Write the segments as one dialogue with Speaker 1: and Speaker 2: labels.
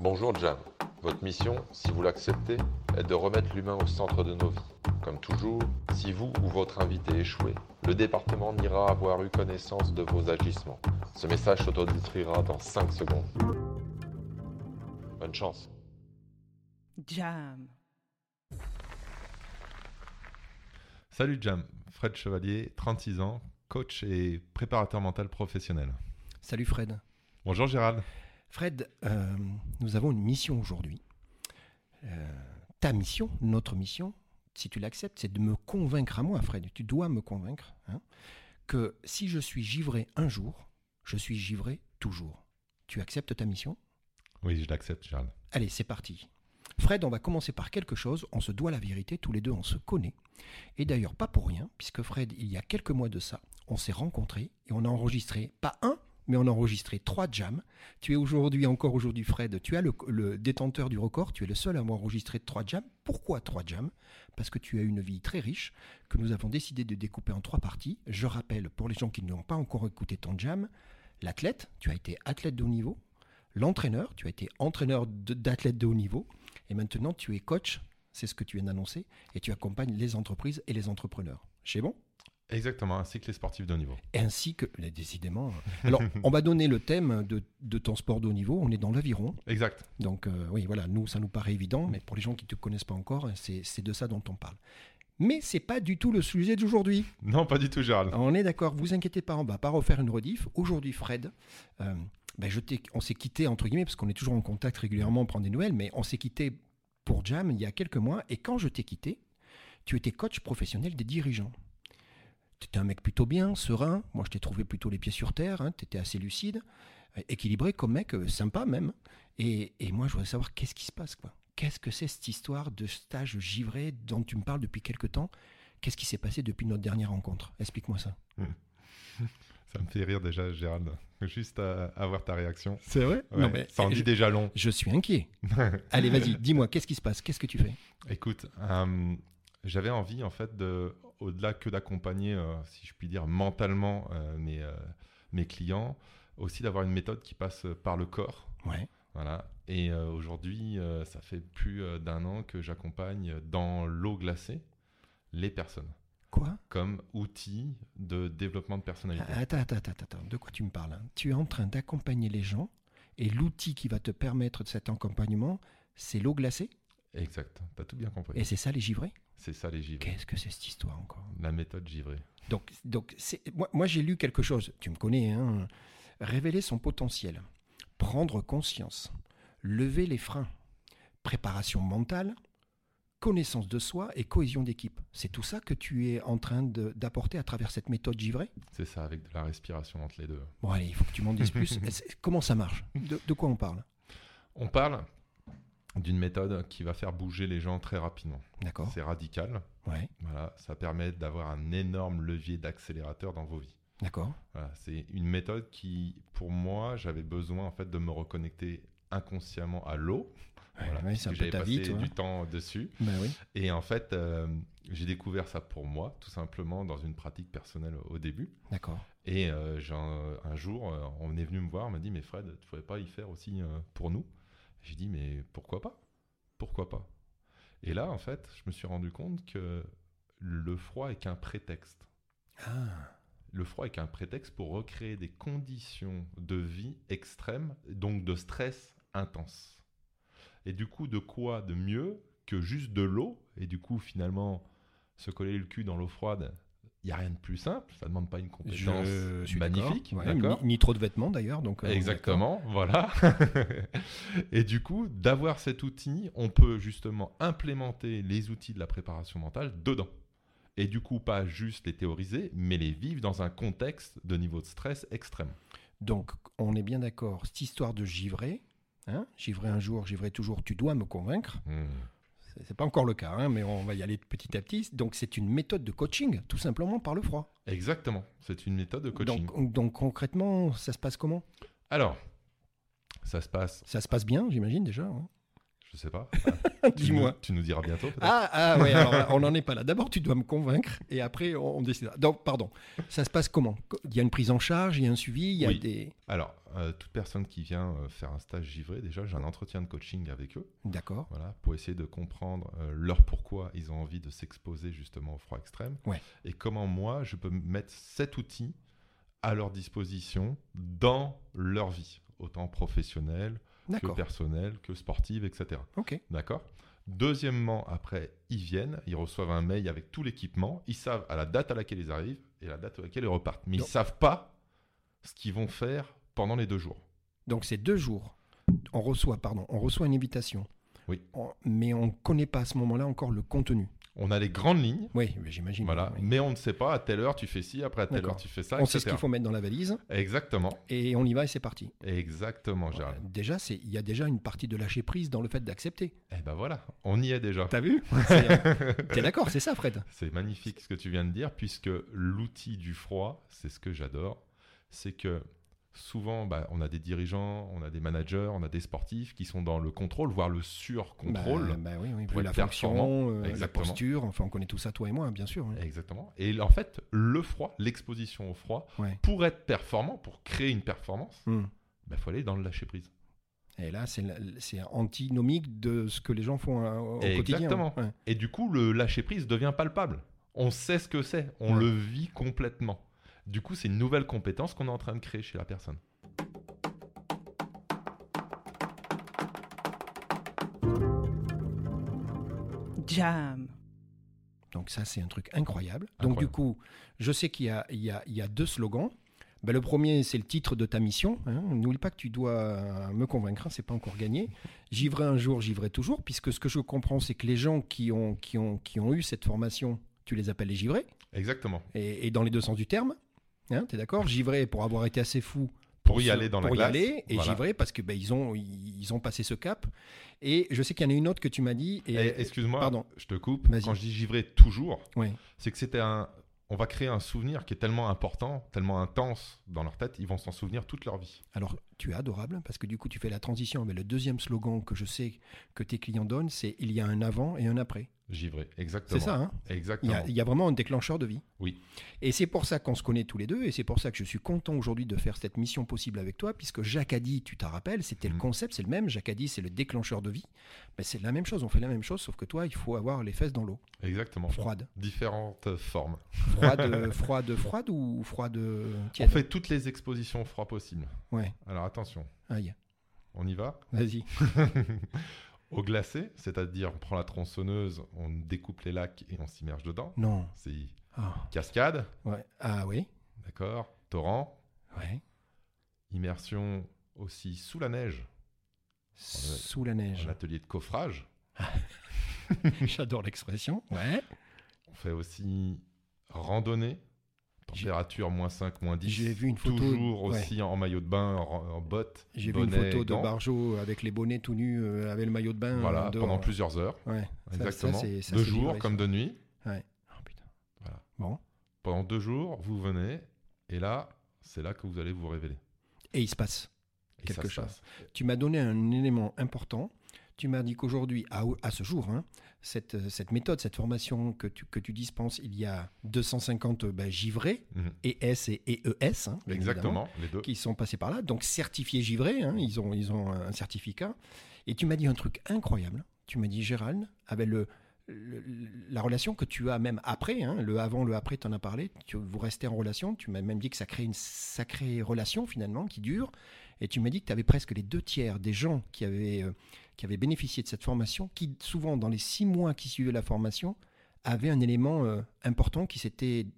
Speaker 1: Bonjour Jam. Votre mission, si vous l'acceptez, est de remettre l'humain au centre de nos vies. Comme toujours, si vous ou votre invité échouez, le département n'ira avoir eu connaissance de vos agissements. Ce message s'autodétruira dans 5 secondes. Bonne chance.
Speaker 2: Jam.
Speaker 3: Salut Jam, Fred Chevalier, 36 ans, coach et préparateur mental professionnel.
Speaker 4: Salut Fred.
Speaker 3: Bonjour Gérald.
Speaker 4: Fred, euh, nous avons une mission aujourd'hui. Euh, ta mission, notre mission, si tu l'acceptes, c'est de me convaincre à moi, Fred. Tu dois me convaincre hein, que si je suis givré un jour, je suis givré toujours. Tu acceptes ta mission
Speaker 3: Oui, je l'accepte Gérald.
Speaker 4: Allez, c'est parti. Fred, on va commencer par quelque chose. On se doit la vérité, tous les deux, on se connaît. Et d'ailleurs, pas pour rien, puisque Fred, il y a quelques mois de ça, on s'est rencontrés et on a enregistré, pas un, mais on a enregistré trois jams. Tu es aujourd'hui, encore aujourd'hui, Fred, tu as le, le, détenteur du record, tu es le seul à avoir enregistré trois jams. Pourquoi trois jams Parce que tu as une vie très riche, que nous avons décidé de découper en trois parties. Je rappelle, pour les gens qui n'ont pas encore écouté ton jam, l'athlète, tu as été athlète de haut niveau. L'entraîneur, tu as été entraîneur d'athlètes de haut niveau. Et maintenant, tu es coach, c'est ce que tu viens d'annoncer, et tu accompagnes les entreprises et les entrepreneurs. C'est bon
Speaker 3: Exactement, ainsi que les sportifs de haut niveau.
Speaker 4: Ainsi que, décidément. hein. Alors, on va donner le thème de, de ton sport de haut niveau, on est dans l'aviron.
Speaker 3: Exact.
Speaker 4: Donc, euh, oui, voilà, nous, ça nous paraît évident, mais pour les gens qui ne te connaissent pas encore, hein, c'est de ça dont on parle. Mais c'est pas du tout le sujet d'aujourd'hui.
Speaker 3: Non, pas du tout, Gérald.
Speaker 4: On est d'accord, vous inquiétez pas, on va pas refaire une rediff. Aujourd'hui, Fred, euh, ben je on s'est quitté, entre guillemets, parce qu'on est toujours en contact régulièrement, on prend des nouvelles, mais on s'est quitté pour Jam il y a quelques mois, et quand je t'ai quitté, tu étais coach professionnel des dirigeants. Tu étais un mec plutôt bien, serein, moi je t'ai trouvé plutôt les pieds sur terre, hein. tu étais assez lucide, euh, équilibré comme mec, euh, sympa même. Et, et moi je voudrais savoir qu'est-ce qui se passe, quoi. Qu'est-ce que c'est cette histoire de stage givré dont tu me parles depuis quelque temps Qu'est-ce qui s'est passé depuis notre dernière rencontre Explique-moi ça.
Speaker 3: Ça me fait rire déjà, Gérald, juste à, à voir ta réaction.
Speaker 4: C'est vrai
Speaker 3: ouais, non, mais Ça en dit
Speaker 4: je,
Speaker 3: déjà long.
Speaker 4: Je suis inquiet. Allez, vas-y, dis-moi, qu'est-ce qui se passe Qu'est-ce que tu fais
Speaker 3: Écoute, euh, j'avais envie, en fait, de, au-delà que d'accompagner, euh, si je puis dire, mentalement euh, mes, mes clients, aussi d'avoir une méthode qui passe par le corps.
Speaker 4: Ouais.
Speaker 3: Voilà. Et euh, aujourd'hui, ça fait plus euh, d'un an que j'accompagne dans l'eau glacée les personnes.
Speaker 4: Quoi
Speaker 3: Comme outil de développement de personnalité.
Speaker 4: Attends, attends, attends, attends. De quoi tu me parles hein Tu es en train d'accompagner les gens et l'outil qui va te permettre de cet accompagnement, c'est l'eau glacée
Speaker 3: Exact, t'as tout bien compris.
Speaker 4: ah. Et c'est ça les givrés
Speaker 3: C'est ça les givrés.
Speaker 4: Qu'est-ce que c'est cette histoire encore
Speaker 3: La méthode givrée.
Speaker 4: Donc, donc moi, moi j'ai lu quelque chose, tu me connais, hein révéler son potentiel, prendre conscience, lever les freins, préparation mentale, connaissance de soi et cohésion d'équipe. C'est tout ça que tu es en train d'apporter à travers cette méthode givrée
Speaker 3: C'est ça, avec de la respiration entre les deux.
Speaker 4: Bon, allez, il faut que tu m'en dises plus. Comment ça marche de, de, quoi on parle
Speaker 3: On parle d'une méthode qui va faire bouger les gens très rapidement.
Speaker 4: D'accord.
Speaker 3: C'est radical.
Speaker 4: Ouais.
Speaker 3: Voilà, ça permet d'avoir un énorme levier d'accélérateur dans vos vies.
Speaker 4: D'accord.
Speaker 3: Voilà, c'est une méthode qui, pour moi, j'avais besoin en fait de me reconnecter inconsciemment à l'eau.
Speaker 4: Voilà, ouais,
Speaker 3: j'avais passé vie, du temps dessus.
Speaker 4: hein. Ben oui.
Speaker 3: Et en fait, euh, j'ai découvert ça pour moi, tout simplement dans une pratique personnelle au début.
Speaker 4: D'accord.
Speaker 3: Et euh, un, un, jour, euh, on est venu me voir, on m'a dit, mais Fred, tu pourrais pas y faire aussi euh, pour nous J'ai dit, mais pourquoi pas Pourquoi pas Et là, en fait, je me suis rendu compte que le froid est qu'un prétexte.
Speaker 4: Ah
Speaker 3: le froid est qu'un prétexte pour recréer des conditions de vie extrêmes, donc de stress intense. Et du coup, de quoi de mieux que juste de l'eau Et du coup, finalement, se coller le cul dans l'eau froide, il n'y a rien de plus simple. Ça ne demande pas une compétence
Speaker 4: Je
Speaker 3: magnifique.
Speaker 4: Ouais, ni, ni, trop de vêtements d'ailleurs. donc.
Speaker 3: Euh, Exactement, voilà. et du coup, d'avoir cet outil, on peut justement implémenter les outils de la préparation mentale dedans. Et du coup, pas juste les théoriser, mais les vivre dans un contexte de niveau de stress extrême.
Speaker 4: Donc, on est bien d'accord, cette histoire de givrer, Hein givrer un jour, givrer toujours, tu dois me convaincre. Mmh. C'est pas encore le cas, hein, mais on va y aller petit à petit. Donc c'est une méthode de coaching, tout simplement par le froid.
Speaker 3: Exactement, c'est une méthode de coaching.
Speaker 4: Donc, donc concrètement, ça se passe comment
Speaker 3: Alors, ça se passe.
Speaker 4: Ça se passe bien, j'imagine déjà. Hein
Speaker 3: Je sais pas. Tu nous-
Speaker 4: Dis-moi.
Speaker 3: Tu nous diras bientôt peut-être.
Speaker 4: Ah, ah ouais, alors là, on n'en est pas là. D'abord, tu dois me convaincre et après, on, on décidera. Donc, pardon, ça se passe comment Il y a une prise en charge, il y a un suivi, il y a
Speaker 3: Oui.
Speaker 4: des.
Speaker 3: Alors, euh, toute personne qui vient euh, faire un stage givré, déjà, j'ai un entretien de coaching avec eux,
Speaker 4: D'accord.
Speaker 3: voilà, pour essayer de comprendre euh, leur pourquoi ils ont envie de s'exposer justement au froid extrême,
Speaker 4: Ouais.
Speaker 3: et comment moi, je peux mettre cet outil à leur disposition dans leur vie, autant professionnelle que
Speaker 4: D'accord.
Speaker 3: personnelle, que sportive, etc.
Speaker 4: Ok.
Speaker 3: D'accord Deuxièmement, après, ils viennent, ils reçoivent un mail avec tout l'équipement, ils savent à la date à laquelle ils arrivent et la date à laquelle ils repartent. Mais ils
Speaker 4: Donc-
Speaker 3: savent pas ce qu'ils vont faire pendant les deux jours.
Speaker 4: Donc, c'est deux jours. On reçoit, pardon, on reçoit une invitation.
Speaker 3: Oui.
Speaker 4: On- mais on ne connaît pas à ce moment-là encore le contenu.
Speaker 3: On a les grandes lignes,
Speaker 4: Oui, mais j'imagine.
Speaker 3: voilà,
Speaker 4: Oui.
Speaker 3: mais on ne sait pas à telle heure tu fais ci, après à telle
Speaker 4: D'accord.
Speaker 3: heure tu fais ça,
Speaker 4: On
Speaker 3: etc.
Speaker 4: sait ce qu'il faut mettre dans la valise
Speaker 3: Exactement,
Speaker 4: et on y va et c'est parti. Euh,
Speaker 3: exactement, Gérald.
Speaker 4: Déjà, c'est- il y a déjà une partie de lâcher prise dans le fait d'accepter.
Speaker 3: Eh ben voilà, on y est déjà.
Speaker 4: T'as vu C'est- euh, T'es d'accord, c'est ça, Fred
Speaker 3: C'est magnifique ce que tu viens de dire, puisque l'outil du froid, c'est ce que j'adore, c'est que souvent, bah, on a des dirigeants, on a des managers, on a des sportifs qui sont dans le contrôle, voire le sur-contrôle.
Speaker 4: Bah, bah oui, oui,
Speaker 3: Pour
Speaker 4: la
Speaker 3: être
Speaker 4: fonction, euh, la
Speaker 3: exactement.
Speaker 4: posture, enfin on connaît tout ça, toi et moi, bien sûr. hein.
Speaker 3: Exactement. Et en fait, le froid, l'exposition au froid,
Speaker 4: Ouais.
Speaker 3: pour être performant, pour créer une performance, il
Speaker 4: Hum.
Speaker 3: faut aller dans le lâcher-prise.
Speaker 4: Et là, c'est la- c'est antinomique de ce que les gens font euh, au quotidien.
Speaker 3: Exactement.
Speaker 4: Ouais.
Speaker 3: Et du coup, le lâcher-prise devient palpable. On sait ce que c'est, on
Speaker 4: Ouais.
Speaker 3: le vit complètement. Du coup, c'est une nouvelle compétence qu'on est en train de créer chez la personne.
Speaker 2: jam,
Speaker 4: Donc ça, c'est un truc incroyable.
Speaker 3: Incroyable.
Speaker 4: Donc du coup, je sais qu'il y a, il y a- il y a deux slogans. Ben, le premier, c'est le titre de ta mission. hein. N'oublie pas que tu dois euh, me convaincre, hein, c'est pas encore gagné. J'ivrai un jour, j'ivrai toujours, puisque ce que je comprends, c'est que les gens qui ont, qui ont, qui ont eu cette formation, tu les appelles les givrés,
Speaker 3: Exactement.
Speaker 4: et, et dans les deux sens du terme. Hein, T'es d'accord Givré pour avoir été assez fou
Speaker 3: Pour y
Speaker 4: se-
Speaker 3: aller dans la
Speaker 4: pour y
Speaker 3: glace.
Speaker 4: aller, et
Speaker 3: Voilà.
Speaker 4: givré parce que ben, ils ont ils ont passé ce cap. Et je sais qu'il y en a une autre que tu m'as dit. Et,
Speaker 3: Eh, Excuse-moi,
Speaker 4: pardon.
Speaker 3: je te coupe.
Speaker 4: Vas-y.
Speaker 3: Quand je dis givré toujours,
Speaker 4: Oui.
Speaker 3: c'est que c'était un. On va créer un souvenir qui est tellement important, tellement intense dans leur tête, ils vont s'en souvenir toute leur vie.
Speaker 4: Alors tu es adorable parce que du coup tu fais la transition. Mais le deuxième slogan que je sais que tes clients donnent, c'est il y a un avant et un après.
Speaker 3: Givré, exactement.
Speaker 4: C'est ça. hein il, y
Speaker 3: Exactement.
Speaker 4: a, il y a vraiment un déclencheur de vie.
Speaker 3: Oui.
Speaker 4: Et c'est pour ça qu'on se connaît tous les deux, et c'est pour ça que je suis content aujourd'hui de faire cette mission possible avec toi, puisque Jacques Addy, tu t'en rappelles, c'était
Speaker 3: Mhm.
Speaker 4: le concept, c'est le même. Jacques Addy, c'est le déclencheur de vie. Mais c'est la même chose, on fait la même chose, sauf que toi, il faut avoir les fesses dans l'eau,
Speaker 3: Exactement.
Speaker 4: froide.
Speaker 3: Différentes formes.
Speaker 4: Froide, euh, froide, froide ou froide euh,
Speaker 3: On
Speaker 4: tiède
Speaker 3: fait toutes les expositions au froid possibles.
Speaker 4: Ouais.
Speaker 3: Alors attention,
Speaker 4: Aïe,
Speaker 3: on y va
Speaker 4: vas-y.
Speaker 3: Au glacé, c'est-à-dire on prend la tronçonneuse, on découpe les lacs et on s'immerge dedans.
Speaker 4: Non.
Speaker 3: C'est
Speaker 4: Ah,
Speaker 3: cascade,
Speaker 4: ouais. ah oui.
Speaker 3: d'accord, torrent,
Speaker 4: Ouais.
Speaker 3: immersion aussi sous la neige,
Speaker 4: Sous la
Speaker 3: un
Speaker 4: neige.
Speaker 3: atelier de coffrage.
Speaker 4: J'adore l'expression. Ouais.
Speaker 3: On fait aussi randonnée, température moins 5, moins 10.
Speaker 4: J'ai vu une photo-
Speaker 3: Toujours
Speaker 4: ouais.
Speaker 3: aussi en maillot de bain, en, en bottes.
Speaker 4: J'ai vu une
Speaker 3: bonnet,
Speaker 4: photo de
Speaker 3: gants.
Speaker 4: Barjo avec les bonnets tout nus, euh, avec le maillot de bain.
Speaker 3: Voilà,
Speaker 4: euh, dehors.
Speaker 3: pendant plusieurs heures.
Speaker 4: Ouais. Ça- ça,
Speaker 3: Exactement.
Speaker 4: c'est- ça,
Speaker 3: de
Speaker 4: c'est
Speaker 3: jour
Speaker 4: livré,
Speaker 3: comme de
Speaker 4: ça.
Speaker 3: nuit.
Speaker 4: Ouais. Oh, putain.
Speaker 3: Voilà.
Speaker 4: Bon.
Speaker 3: Pendant deux jours, vous venez et là, c'est là que vous allez vous révéler.
Speaker 4: Et il se passe.
Speaker 3: Et
Speaker 4: Quelque
Speaker 3: ça se
Speaker 4: chose.
Speaker 3: passe.
Speaker 4: Tu m'as donné un élément important. Tu m'as dit qu'aujourd'hui, à, à ce jour, hein, cette, cette méthode, cette formation que tu, que tu dispenses, il y a 250 ben, givrés,
Speaker 3: Mhm.
Speaker 4: ES et EES. hein, bien évidemment.
Speaker 3: Exactement, les deux.
Speaker 4: qui sont passés par là, donc certifiés givrés, hein, ils, ont, ils ont un certificat. Et tu m'as dit un truc incroyable. Tu m'as dit, Gérald, avec le, le- la relation que tu as même après, hein, le avant, le après, tu en as parlé, tu, vous restez en relation, tu m'as même dit que ça crée une sacrée relation finalement qui dure. Et tu m'as dit que tu avais presque les deux tiers des gens qui avaient, euh, qui avaient bénéficié de cette formation, qui souvent dans les six mois qui suivaient la formation, avaient un élément euh, important qui s'était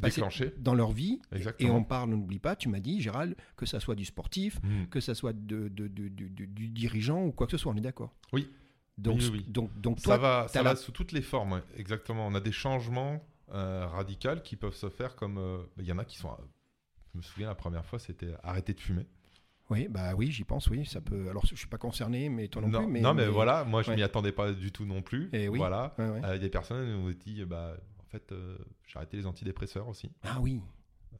Speaker 4: passé
Speaker 3: Déclenché.
Speaker 4: dans leur vie et
Speaker 3: Exactement.
Speaker 4: on parle, on n'oublie pas, tu m'as dit, Gérald, que ça soit du sportif,
Speaker 3: Mhm.
Speaker 4: que ça soit de, de- de- du, du- du dirigeant ou quoi que ce soit, on est d'accord
Speaker 3: Oui.
Speaker 4: Donc,
Speaker 3: Oui, oui, oui.
Speaker 4: donc, donc
Speaker 3: Ça
Speaker 4: toi,
Speaker 3: va, ça
Speaker 4: t'as
Speaker 3: va
Speaker 4: la-
Speaker 3: sous toutes les formes, ouais. exactement. On a des changements euh, radicaux qui peuvent se faire comme... euh, Il y en a qui sont... euh, Je me souviens, la première fois, c'était arrêter de fumer.
Speaker 4: oui, bah oui, j'y pense, oui, ça peut. Alors, je suis pas concerné, mais toi non, plus. Mais,
Speaker 3: mais, voilà, moi, je
Speaker 4: ouais.
Speaker 3: m'y attendais pas du tout non plus.
Speaker 4: Eh oui.
Speaker 3: Voilà.
Speaker 4: Ouais, ouais.
Speaker 3: Euh, des personnes nous ont dit, bah, en fait, euh, j'ai arrêté les antidépresseurs aussi.
Speaker 4: Ah oui,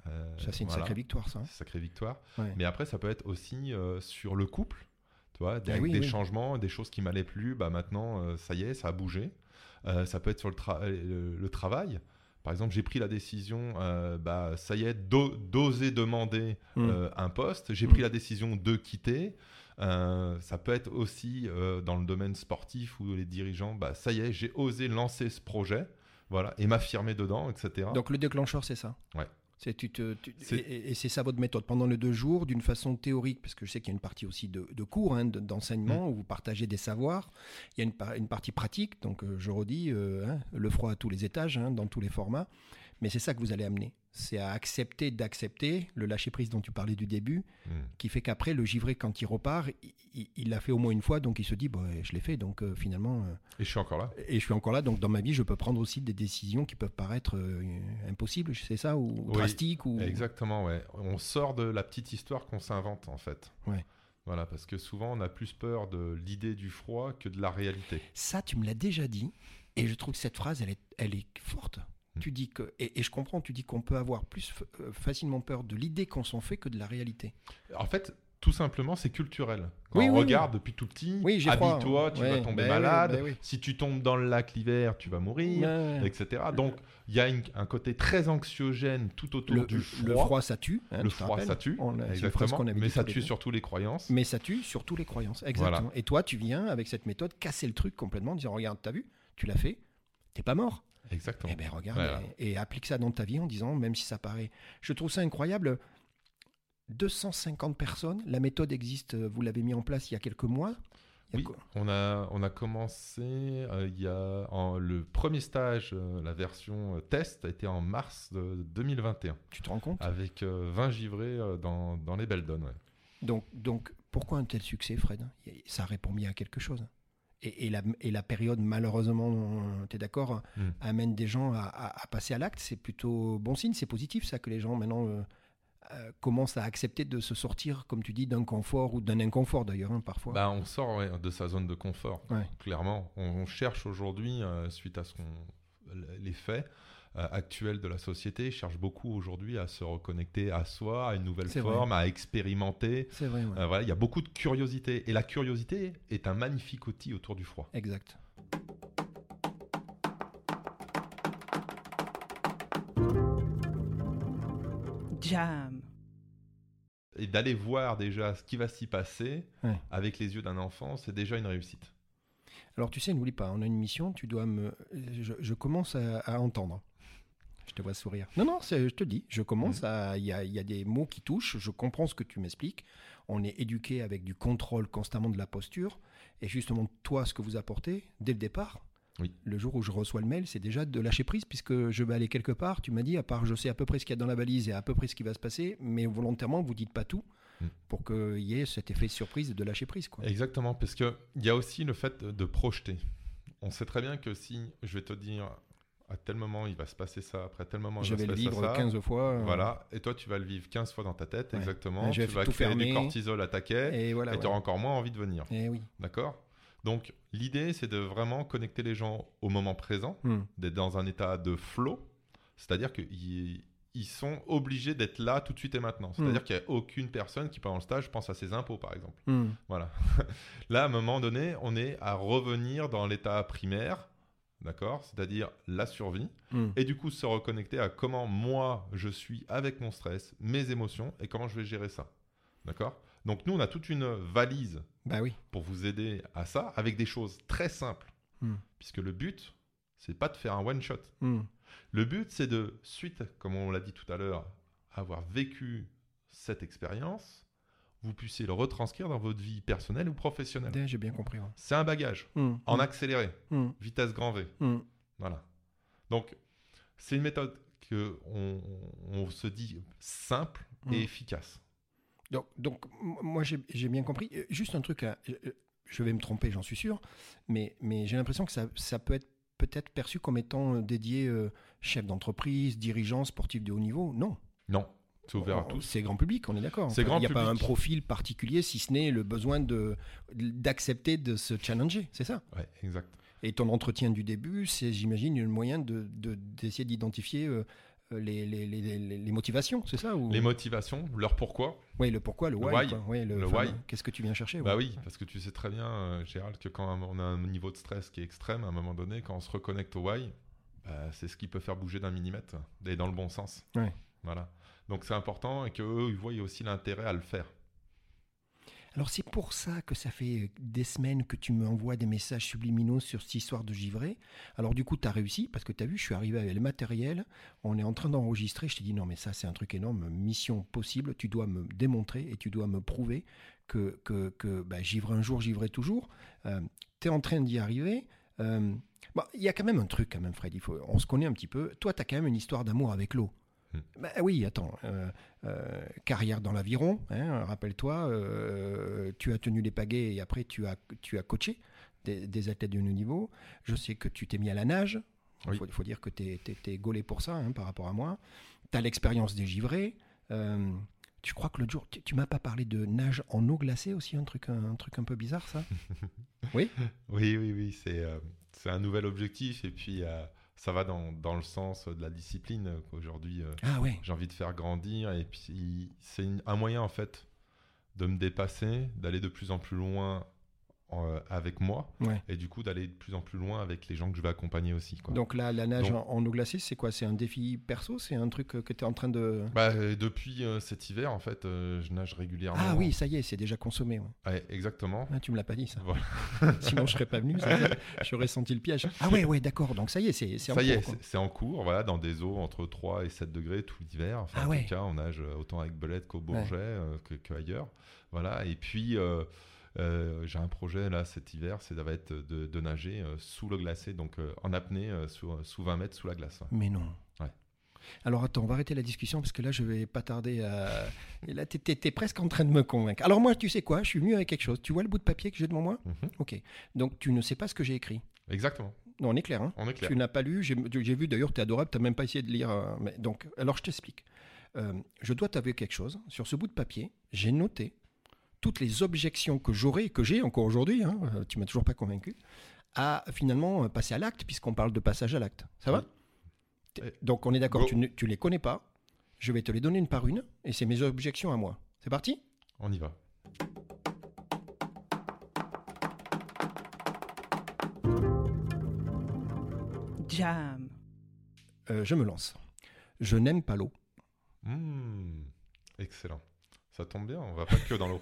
Speaker 3: Euh,
Speaker 4: ça c'est une
Speaker 3: voilà.
Speaker 4: sacrée victoire, ça.
Speaker 3: C'est une sacrée victoire.
Speaker 4: Hein Ouais.
Speaker 3: Mais après, ça peut être aussi euh, sur le couple. Tu vois, avec
Speaker 4: Ah oui,
Speaker 3: des
Speaker 4: oui.
Speaker 3: changements, des choses qui m'allaient plus, bah maintenant, euh, ça y est, ça a bougé. Euh, ça peut être sur le, tra- euh, le, le travail. Par exemple, j'ai pris la décision, euh, bah, ça y est, d'o- d'oser demander
Speaker 4: Mm.
Speaker 3: euh, un poste. J'ai
Speaker 4: Mm.
Speaker 3: pris la décision de quitter. Euh, ça peut être aussi euh, dans le domaine sportif où les dirigeants, bah, ça y est, j'ai osé lancer ce projet, voilà, et m'affirmer dedans, etc.
Speaker 4: Donc le déclencheur, c'est ça.
Speaker 3: Ouais.
Speaker 4: C'est tu te- tu-
Speaker 3: C'est-
Speaker 4: Et, et c'est ça votre méthode. Pendant les deux jours, d'une façon théorique, parce que je sais qu'il y a une partie aussi de, de cours, hein, de-
Speaker 3: Mm.
Speaker 4: d'enseignement, où vous partagez des savoirs. Il y a une, par- une partie pratique, donc euh, je redis, euh, hein, le froid à tous les étages, hein, dans tous les formats. Mais c'est ça que vous allez amener. C'est à accepter d'accepter le lâcher-prise dont tu parlais du début,
Speaker 3: Mm.
Speaker 4: qui fait qu'après, le givré, quand il repart, il- il il l'a fait au moins une fois, donc il se dit, bah, je l'ai fait, donc euh, finalement... euh,
Speaker 3: Et je suis encore là.
Speaker 4: et je suis encore là, donc dans ma vie, je peux prendre aussi des décisions qui peuvent paraître euh, impossibles, c'est ça, ou
Speaker 3: Oui,
Speaker 4: drastiques, ou
Speaker 3: Exactement, ouais. On sort de la petite histoire qu'on s'invente, en fait.
Speaker 4: Ouais.
Speaker 3: Voilà, parce que souvent, on a plus peur de l'idée du froid que de la réalité.
Speaker 4: ça, tu me l'as déjà dit, et je trouve que cette phrase, elle est, elle est forte.
Speaker 3: Mm.
Speaker 4: Tu dis que, et, et je comprends, tu dis qu'on peut avoir plus f- euh, facilement peur de l'idée qu'on s'en fait que de la réalité.
Speaker 3: En fait, tout simplement, c'est culturel. Quand
Speaker 4: Oui,
Speaker 3: on
Speaker 4: oui,
Speaker 3: regarde depuis tout petit,
Speaker 4: Oui, j'ai froid,
Speaker 3: habille-toi, tu
Speaker 4: ouais,
Speaker 3: vas tomber
Speaker 4: bah oui,
Speaker 3: malade.
Speaker 4: bah oui.
Speaker 3: Si tu tombes dans le lac l'hiver, tu vas mourir,
Speaker 4: Ouais.
Speaker 3: etc. Donc, il y a une- un côté très anxiogène tout autour
Speaker 4: Le,
Speaker 3: du
Speaker 4: le
Speaker 3: froid.
Speaker 4: froid, ça tue. hein,
Speaker 3: Le
Speaker 4: tu te
Speaker 3: froid,
Speaker 4: rappelles
Speaker 3: ça tue.
Speaker 4: On l'a- c'est une phrase
Speaker 3: exactement.
Speaker 4: qu'on avait
Speaker 3: Mais
Speaker 4: dit
Speaker 3: ça
Speaker 4: tous les
Speaker 3: tue
Speaker 4: deux.
Speaker 3: surtout les croyances.
Speaker 4: Mais ça tue surtout les croyances. Exactement. Et toi, tu viens avec cette méthode casser le truc complètement en disant Regarde, t'as vu, tu l'as fait, t'es pas mort.
Speaker 3: Exactement.
Speaker 4: Eh ben, regarde,
Speaker 3: Voilà.
Speaker 4: et, et applique ça dans ta vie en disant, même si ça paraît. Je trouve ça incroyable. 250 personnes, la méthode existe, euh, vous l'avez mis en place il y a quelques mois. Il y a
Speaker 3: Oui,
Speaker 4: quoi-
Speaker 3: on a, on a commencé, euh, il y a en- le premier stage, euh, la version euh, test, a été en mars de 2021,
Speaker 4: Tu te rends compte
Speaker 3: avec euh, 20 givrés euh, dans, dans les Beldon. ouais.
Speaker 4: donc, donc, pourquoi un tel succès, Fred Il- Ça répond bien à quelque chose. Et, et la, et la période, malheureusement, tu es d'accord,
Speaker 3: Mm.
Speaker 4: amène des gens à, à- à passer à l'acte. C'est plutôt bon signe, c'est positif ça que les gens maintenant euh, euh, commencent à accepter de se sortir, comme tu dis, d'un confort ou d'un inconfort d'ailleurs, hein, parfois.
Speaker 3: Bah, on sort ouais, de sa zone de confort,
Speaker 4: Ouais.
Speaker 3: clairement. On, on cherche aujourd'hui, euh, suite à ce qu'on, les faits euh, actuels de la société, cherche beaucoup aujourd'hui à se reconnecter à soi, à une nouvelle
Speaker 4: C'est
Speaker 3: forme, à expérimenter.
Speaker 4: C'est vrai, ouais.
Speaker 3: Euh, voilà, il y a beaucoup de curiosité. Et la curiosité est un magnifique outil autour du froid.
Speaker 4: exact.
Speaker 2: jam,
Speaker 3: et d'aller voir déjà ce qui va s'y passer
Speaker 4: Ouais.
Speaker 3: avec les yeux d'un enfant, c'est déjà une réussite.
Speaker 4: Alors tu sais, n'oublie pas, on a une mission, tu dois me... Je, je commence à, à entendre. Je te vois sourire. Non, non, c'est- je te le dis, je commence
Speaker 3: Mmh.
Speaker 4: à... Il y a, il y a des mots qui touchent, je comprends ce que tu m'expliques. On est éduqué avec du contrôle constamment de la posture. Et justement, toi, ce que vous apportez, dès le départ,
Speaker 3: Oui.
Speaker 4: le jour où je reçois le mail, c'est déjà de lâcher prise, puisque je vais aller quelque part, tu m'as dit, à part je sais à peu près ce qu'il y a dans la valise et à peu près ce qui va se passer, mais volontairement, vous dites pas tout
Speaker 3: Mm.
Speaker 4: pour qu'il y ait cet effet de surprise de lâcher prise. Quoi.
Speaker 3: Exactement, parce qu'il y a aussi le fait de projeter. On sait très bien que si je vais te dire à tel moment il va se passer ça, après tel moment il
Speaker 4: je
Speaker 3: va se
Speaker 4: vais le
Speaker 3: passer
Speaker 4: vivre
Speaker 3: ça,
Speaker 4: 15 fois. euh,
Speaker 3: voilà, et toi tu vas le vivre 15 fois dans ta tête,
Speaker 4: Ouais.
Speaker 3: exactement,
Speaker 4: Ouais, je vais
Speaker 3: tu vas
Speaker 4: tout
Speaker 3: créer
Speaker 4: fermer.
Speaker 3: du cortisol à taquet, et,
Speaker 4: Et voilà.
Speaker 3: tu auras encore moins envie de venir,
Speaker 4: Et oui.
Speaker 3: d'accord Donc l'idée c'est de vraiment connecter les gens au moment présent,
Speaker 4: Hmm.
Speaker 3: d'être dans un état de flow, c'est-à-dire qu'ils ils sont obligés d'être là tout de suite et maintenant. C'est-à-dire qu'il n'y a aucune personne qui, pendant le stage, pense à ses impôts, par exemple.
Speaker 4: Hmm.
Speaker 3: Voilà. là, à un moment donné, on est à revenir dans l'état primaire, d'accord C'est-à-dire la survie.
Speaker 4: Hmm.
Speaker 3: Et du coup, se reconnecter à comment moi, je suis avec mon stress, mes émotions, et comment je vais gérer ça. D'accord Donc, nous, on a toute une valise
Speaker 4: Bah oui.
Speaker 3: pour vous aider à ça, avec des choses très simples.
Speaker 4: Mm.
Speaker 3: Puisque le but, c'est pas de faire un one-shot.
Speaker 4: Hmm.
Speaker 3: Le but, c'est de, suite, comme on l'a dit tout à l'heure, avoir vécu cette expérience, vous puissiez le retranscrire dans votre vie personnelle ou professionnelle.
Speaker 4: Bah, J'ai bien compris. ouais.
Speaker 3: C'est un bagage,
Speaker 4: Mm.
Speaker 3: en
Speaker 4: Mm.
Speaker 3: accéléré,
Speaker 4: Mm.
Speaker 3: vitesse grand V.
Speaker 4: Mm.
Speaker 3: Voilà. Donc, c'est une méthode que on, on se dit simple et
Speaker 4: Mm.
Speaker 3: efficace.
Speaker 4: Donc, donc m- moi, j'ai j'ai bien compris. Euh, Juste un truc là. Je, je vais me tromper, j'en suis sûr. Mais, mais j'ai l'impression que ça, ça peut être peut-être perçu comme étant euh, dédié euh, chef d'entreprise, dirigeant, sportif de haut niveau. Non.
Speaker 3: Non, c'est ouvert à
Speaker 4: On-
Speaker 3: tous.
Speaker 4: C'est grand public, on est d'accord.
Speaker 3: C'est grand
Speaker 4: Il n'y a pas un
Speaker 3: public.
Speaker 4: profil particulier, si ce n'est le besoin de- d'accepter de se challenger. C'est ça
Speaker 3: Ouais, exact.
Speaker 4: Et ton entretien du début, c'est, j'imagine, un moyen de, de- d'essayer d'identifier euh, euh, les, les- les- les- les motivations, c'est ça ou...
Speaker 3: Les motivations, leur pourquoi.
Speaker 4: Oui, le pourquoi, le
Speaker 3: Le
Speaker 4: why.
Speaker 3: why.
Speaker 4: quoi. Ouais, le,
Speaker 3: Le
Speaker 4: enfin,
Speaker 3: why.
Speaker 4: Qu'est-ce que tu viens chercher
Speaker 3: Bah
Speaker 4: ouais.
Speaker 3: oui, parce que tu sais très bien, euh, Gérald, que quand on a un niveau de stress qui est extrême, à un moment donné, quand on se reconnecte au why, bah, c'est ce qui peut faire bouger d'un millimètre, et dans le bon sens.
Speaker 4: Ouais.
Speaker 3: Voilà. Donc c'est important et qu'eux, ils voient aussi l'intérêt à le faire.
Speaker 4: Alors c'est pour ça que ça fait euh, des semaines que tu m'envoies des messages subliminaux sur cette histoire de givré. Alors du coup, tu as réussi parce que tu as vu, je suis arrivé avec le matériel, on est en train d'enregistrer, je t'ai dit non mais ça c'est un truc énorme, mission possible, tu dois me démontrer et tu dois me prouver que, que, que bah, givré un jour, givré toujours. tu es en train d'y arriver. Euh, bon, il y a quand même un truc quand même Fred, il faut, on se connaît un petit peu. Toi, tu as quand même une histoire d'amour avec l'eau.
Speaker 3: Hmm.
Speaker 4: Bah oui, attends. euh, euh, carrière dans l'aviron, hein, rappelle-toi, euh, tu as tenu les pagaies et après tu as, tu as coaché des, des athlètes de haut niveau. Je sais que tu t'es mis à la nage. Il
Speaker 3: Oui.
Speaker 4: faut, faut dire que tu es, gaulé pour ça hein, par rapport à moi. Tu as l'expérience des givrés. Euh, tu crois que l'autre jour, tu, tu m'as pas parlé de nage en eau glacée aussi, un truc un, truc un peu bizarre ça
Speaker 3: Oui, oui, oui, c'est euh, c'est un nouvel objectif et puis euh, ça va dans, dans le sens de la discipline euh, qu'aujourd'hui euh,
Speaker 4: Ah ouais.
Speaker 3: j'ai envie de faire grandir et puis c'est une- un moyen en fait de me dépasser, d'aller de plus en plus loin euh, avec moi
Speaker 4: Ouais.
Speaker 3: et du coup d'aller de plus en plus loin avec les gens que je vais accompagner aussi. Quoi.
Speaker 4: Donc là, la nage
Speaker 3: Donc-
Speaker 4: en, en eau glacée, c'est quoi C'est un défi perso C'est un truc que tu es en train de...
Speaker 3: Bah, euh, depuis euh, cet hiver en fait euh, je nage régulièrement.
Speaker 4: Ah oui, ça y est, c'est déjà consommé. ouais.
Speaker 3: Ouais, exactement.
Speaker 4: Ah, tu me l'as pas dit ça.
Speaker 3: Voilà.
Speaker 4: Sinon, je serais pas venu. ça, c'est- J'aurais senti le piège. Ah ouais, ouais, d'accord. Donc ça y est, c'est c'est en
Speaker 3: Ça y est,
Speaker 4: cours, quoi.
Speaker 3: c'est- c'est en cours, voilà, dans des eaux entre 3 et 7 degrés tout l'hiver. Enfin,
Speaker 4: Ah
Speaker 3: en
Speaker 4: ouais.
Speaker 3: tout cas, on nage autant avec Belette qu'au Bourget, euh, que, que ailleurs. Voilà, et puis euh, euh, j'ai un projet là cet hiver, c'est ça va être de, de nager euh, sous le glacé, donc euh, en apnée, euh, sous, sous 20 mètres sous la glace. ouais.
Speaker 4: Mais non.
Speaker 3: Ouais.
Speaker 4: Alors attends, on va arrêter la discussion parce que là, je vais pas tarder à. Et là, t'es- t'es t'es presque en train de me convaincre. Alors moi, tu sais quoi Je suis venu avec quelque chose. Tu vois le bout de papier que j'ai devant moi
Speaker 3: Mhm.
Speaker 4: Ok. Donc tu ne sais pas ce que j'ai écrit.
Speaker 3: Exactement,
Speaker 4: Non, on est clair. Hein
Speaker 3: on est clair.
Speaker 4: Tu n'as pas lu, j'ai j'ai vu d'ailleurs, tu es adorable, tu n'as même pas essayé de lire. euh, mais donc, alors je t'explique. Euh, je dois t'avouer quelque chose. Sur ce bout de papier, j'ai noté toutes les objections que j'aurais, que j'ai encore aujourd'hui, hein, euh, tu m'as toujours pas convaincu, à finalement euh, passer à l'acte, puisqu'on parle de passage à l'acte. Ça va
Speaker 3: Oui.
Speaker 4: T'es- Donc on est d'accord,
Speaker 3: Go.
Speaker 4: tu ne tu les connais pas, je vais te les donner une par une, et c'est mes objections à moi. C'est parti
Speaker 3: On y va.
Speaker 2: jam,
Speaker 4: Euh, Je me lance. Je n'aime pas l'eau.
Speaker 3: Mmh, excellent. Ça tombe bien, on va pas que dans l'eau.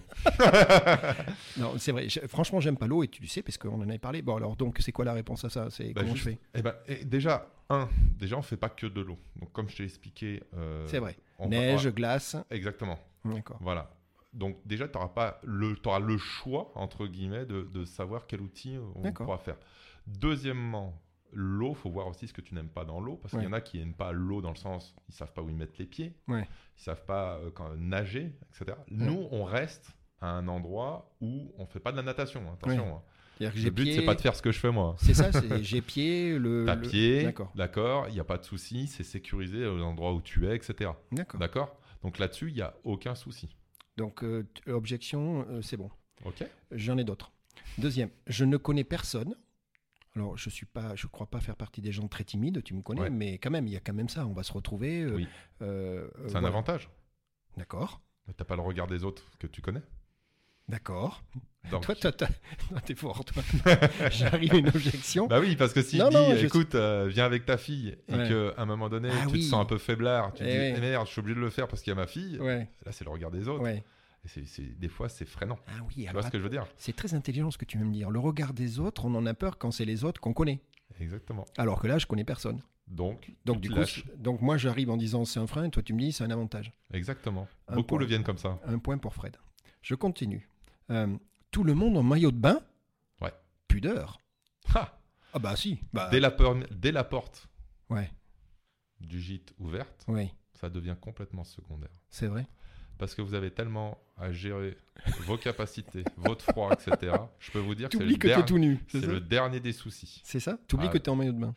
Speaker 4: Non, c'est vrai. je- franchement, j'aime pas l'eau et tu le sais parce qu'on en avait parlé. Bon, alors donc, c'est quoi la réponse à ça C'est
Speaker 3: Bah,
Speaker 4: comment
Speaker 3: juste-
Speaker 4: je fais
Speaker 3: Eh ben, eh, déjà, un, déjà on fait pas que de l'eau. Donc comme je t'ai expliqué, euh,
Speaker 4: C'est vrai.
Speaker 3: on va-
Speaker 4: Neige, glace.
Speaker 3: Exactement.
Speaker 4: D'accord.
Speaker 3: Voilà. Donc déjà, tu auras pas le, t'auras le choix entre guillemets de, de savoir quel outil on
Speaker 4: D'accord.
Speaker 3: pourra faire. Deuxièmement, l'eau, faut voir aussi ce que tu n'aimes pas dans l'eau, parce qu'il y en a qui n'aiment pas l'eau dans le sens, ils savent pas où ils mettent les pieds,
Speaker 4: Ouais.
Speaker 3: ils savent pas euh, quand, nager, etc. Nous, on reste à un endroit où on fait pas de la natation. hein, Attention. hein.
Speaker 4: C'est-à-dire que
Speaker 3: Le
Speaker 4: j'ai
Speaker 3: but,
Speaker 4: pied.
Speaker 3: c'est pas de faire ce que je fais moi.
Speaker 4: C'est ça, c'est j'ai pied, Euh, le.
Speaker 3: T'as
Speaker 4: le-
Speaker 3: pied,
Speaker 4: D'accord.
Speaker 3: d'accord, il n'y a pas de souci, c'est sécurisé aux endroits où tu es, etc.
Speaker 4: D'accord.
Speaker 3: D'accord Donc là-dessus, il n'y a aucun souci.
Speaker 4: Donc, euh, t- objection, euh, c'est bon.
Speaker 3: Ok
Speaker 4: J'en ai d'autres. Deuxième, je ne connais personne. Alors, je suis pas, je crois pas faire partie des gens très timides, tu me connais,
Speaker 3: Ouais.
Speaker 4: mais quand même, il y a quand même ça, on va se retrouver. euh,
Speaker 3: Oui.
Speaker 4: euh, euh,
Speaker 3: C'est un
Speaker 4: voilà.
Speaker 3: avantage.
Speaker 4: D'accord,
Speaker 3: Mais T'as pas le regard des autres que tu connais.
Speaker 4: d'accord.
Speaker 3: Donc-
Speaker 4: Toi, toi, t'as- toi, t'es fort, toi. J'arrive à une objection.
Speaker 3: Bah oui, parce que s'il
Speaker 4: Non,
Speaker 3: dit,
Speaker 4: non, je-
Speaker 3: écoute, euh, viens avec ta fille, et
Speaker 4: Ouais.
Speaker 3: qu'à un moment donné,
Speaker 4: Ah
Speaker 3: tu
Speaker 4: oui.
Speaker 3: te sens un peu faiblard, tu
Speaker 4: Eh
Speaker 3: te dis,
Speaker 4: oui.
Speaker 3: Eh merde, je suis obligé de le faire parce qu'il y a ma fille,
Speaker 4: ouais,
Speaker 3: là c'est le regard des autres.
Speaker 4: ouais.
Speaker 3: Et c'est- c'est- des fois, c'est freinant.
Speaker 4: Ah oui,
Speaker 3: Tu
Speaker 4: alors
Speaker 3: vois ce que je veux dire
Speaker 4: c'est très intelligent ce que tu veux me dire. Le regard des autres, on en a peur quand c'est les autres qu'on connaît.
Speaker 3: Exactement.
Speaker 4: Alors que là, je connais personne.
Speaker 3: Donc,
Speaker 4: Donc,
Speaker 3: tu
Speaker 4: du
Speaker 3: te
Speaker 4: coup,
Speaker 3: lâches.
Speaker 4: c'est- donc moi, j'arrive en disant c'est un frein, et toi, tu me dis c'est un avantage.
Speaker 3: Exactement.
Speaker 4: Un
Speaker 3: Beaucoup
Speaker 4: point.
Speaker 3: le viennent comme ça.
Speaker 4: Un point pour Fred. Je continue. Euh, tout le monde en maillot de bain
Speaker 3: Ouais.
Speaker 4: Pudeur
Speaker 3: Ha
Speaker 4: Ah bah si. Bah,
Speaker 3: dès, la por- dès la porte
Speaker 4: Ouais,
Speaker 3: du gîte ouverte,
Speaker 4: ouais,
Speaker 3: ça devient complètement secondaire.
Speaker 4: c'est vrai.
Speaker 3: Parce que vous avez tellement à gérer vos capacités, votre froid, etc. Je peux vous dire que c'est
Speaker 4: T'oublies
Speaker 3: le,
Speaker 4: que t'es
Speaker 3: derni-
Speaker 4: tout nu.
Speaker 3: c'est
Speaker 4: C'est ça
Speaker 3: le dernier des soucis.
Speaker 4: C'est ça T'oublies
Speaker 3: Ah
Speaker 4: que
Speaker 3: ouais.
Speaker 4: t'es en maillot de bain.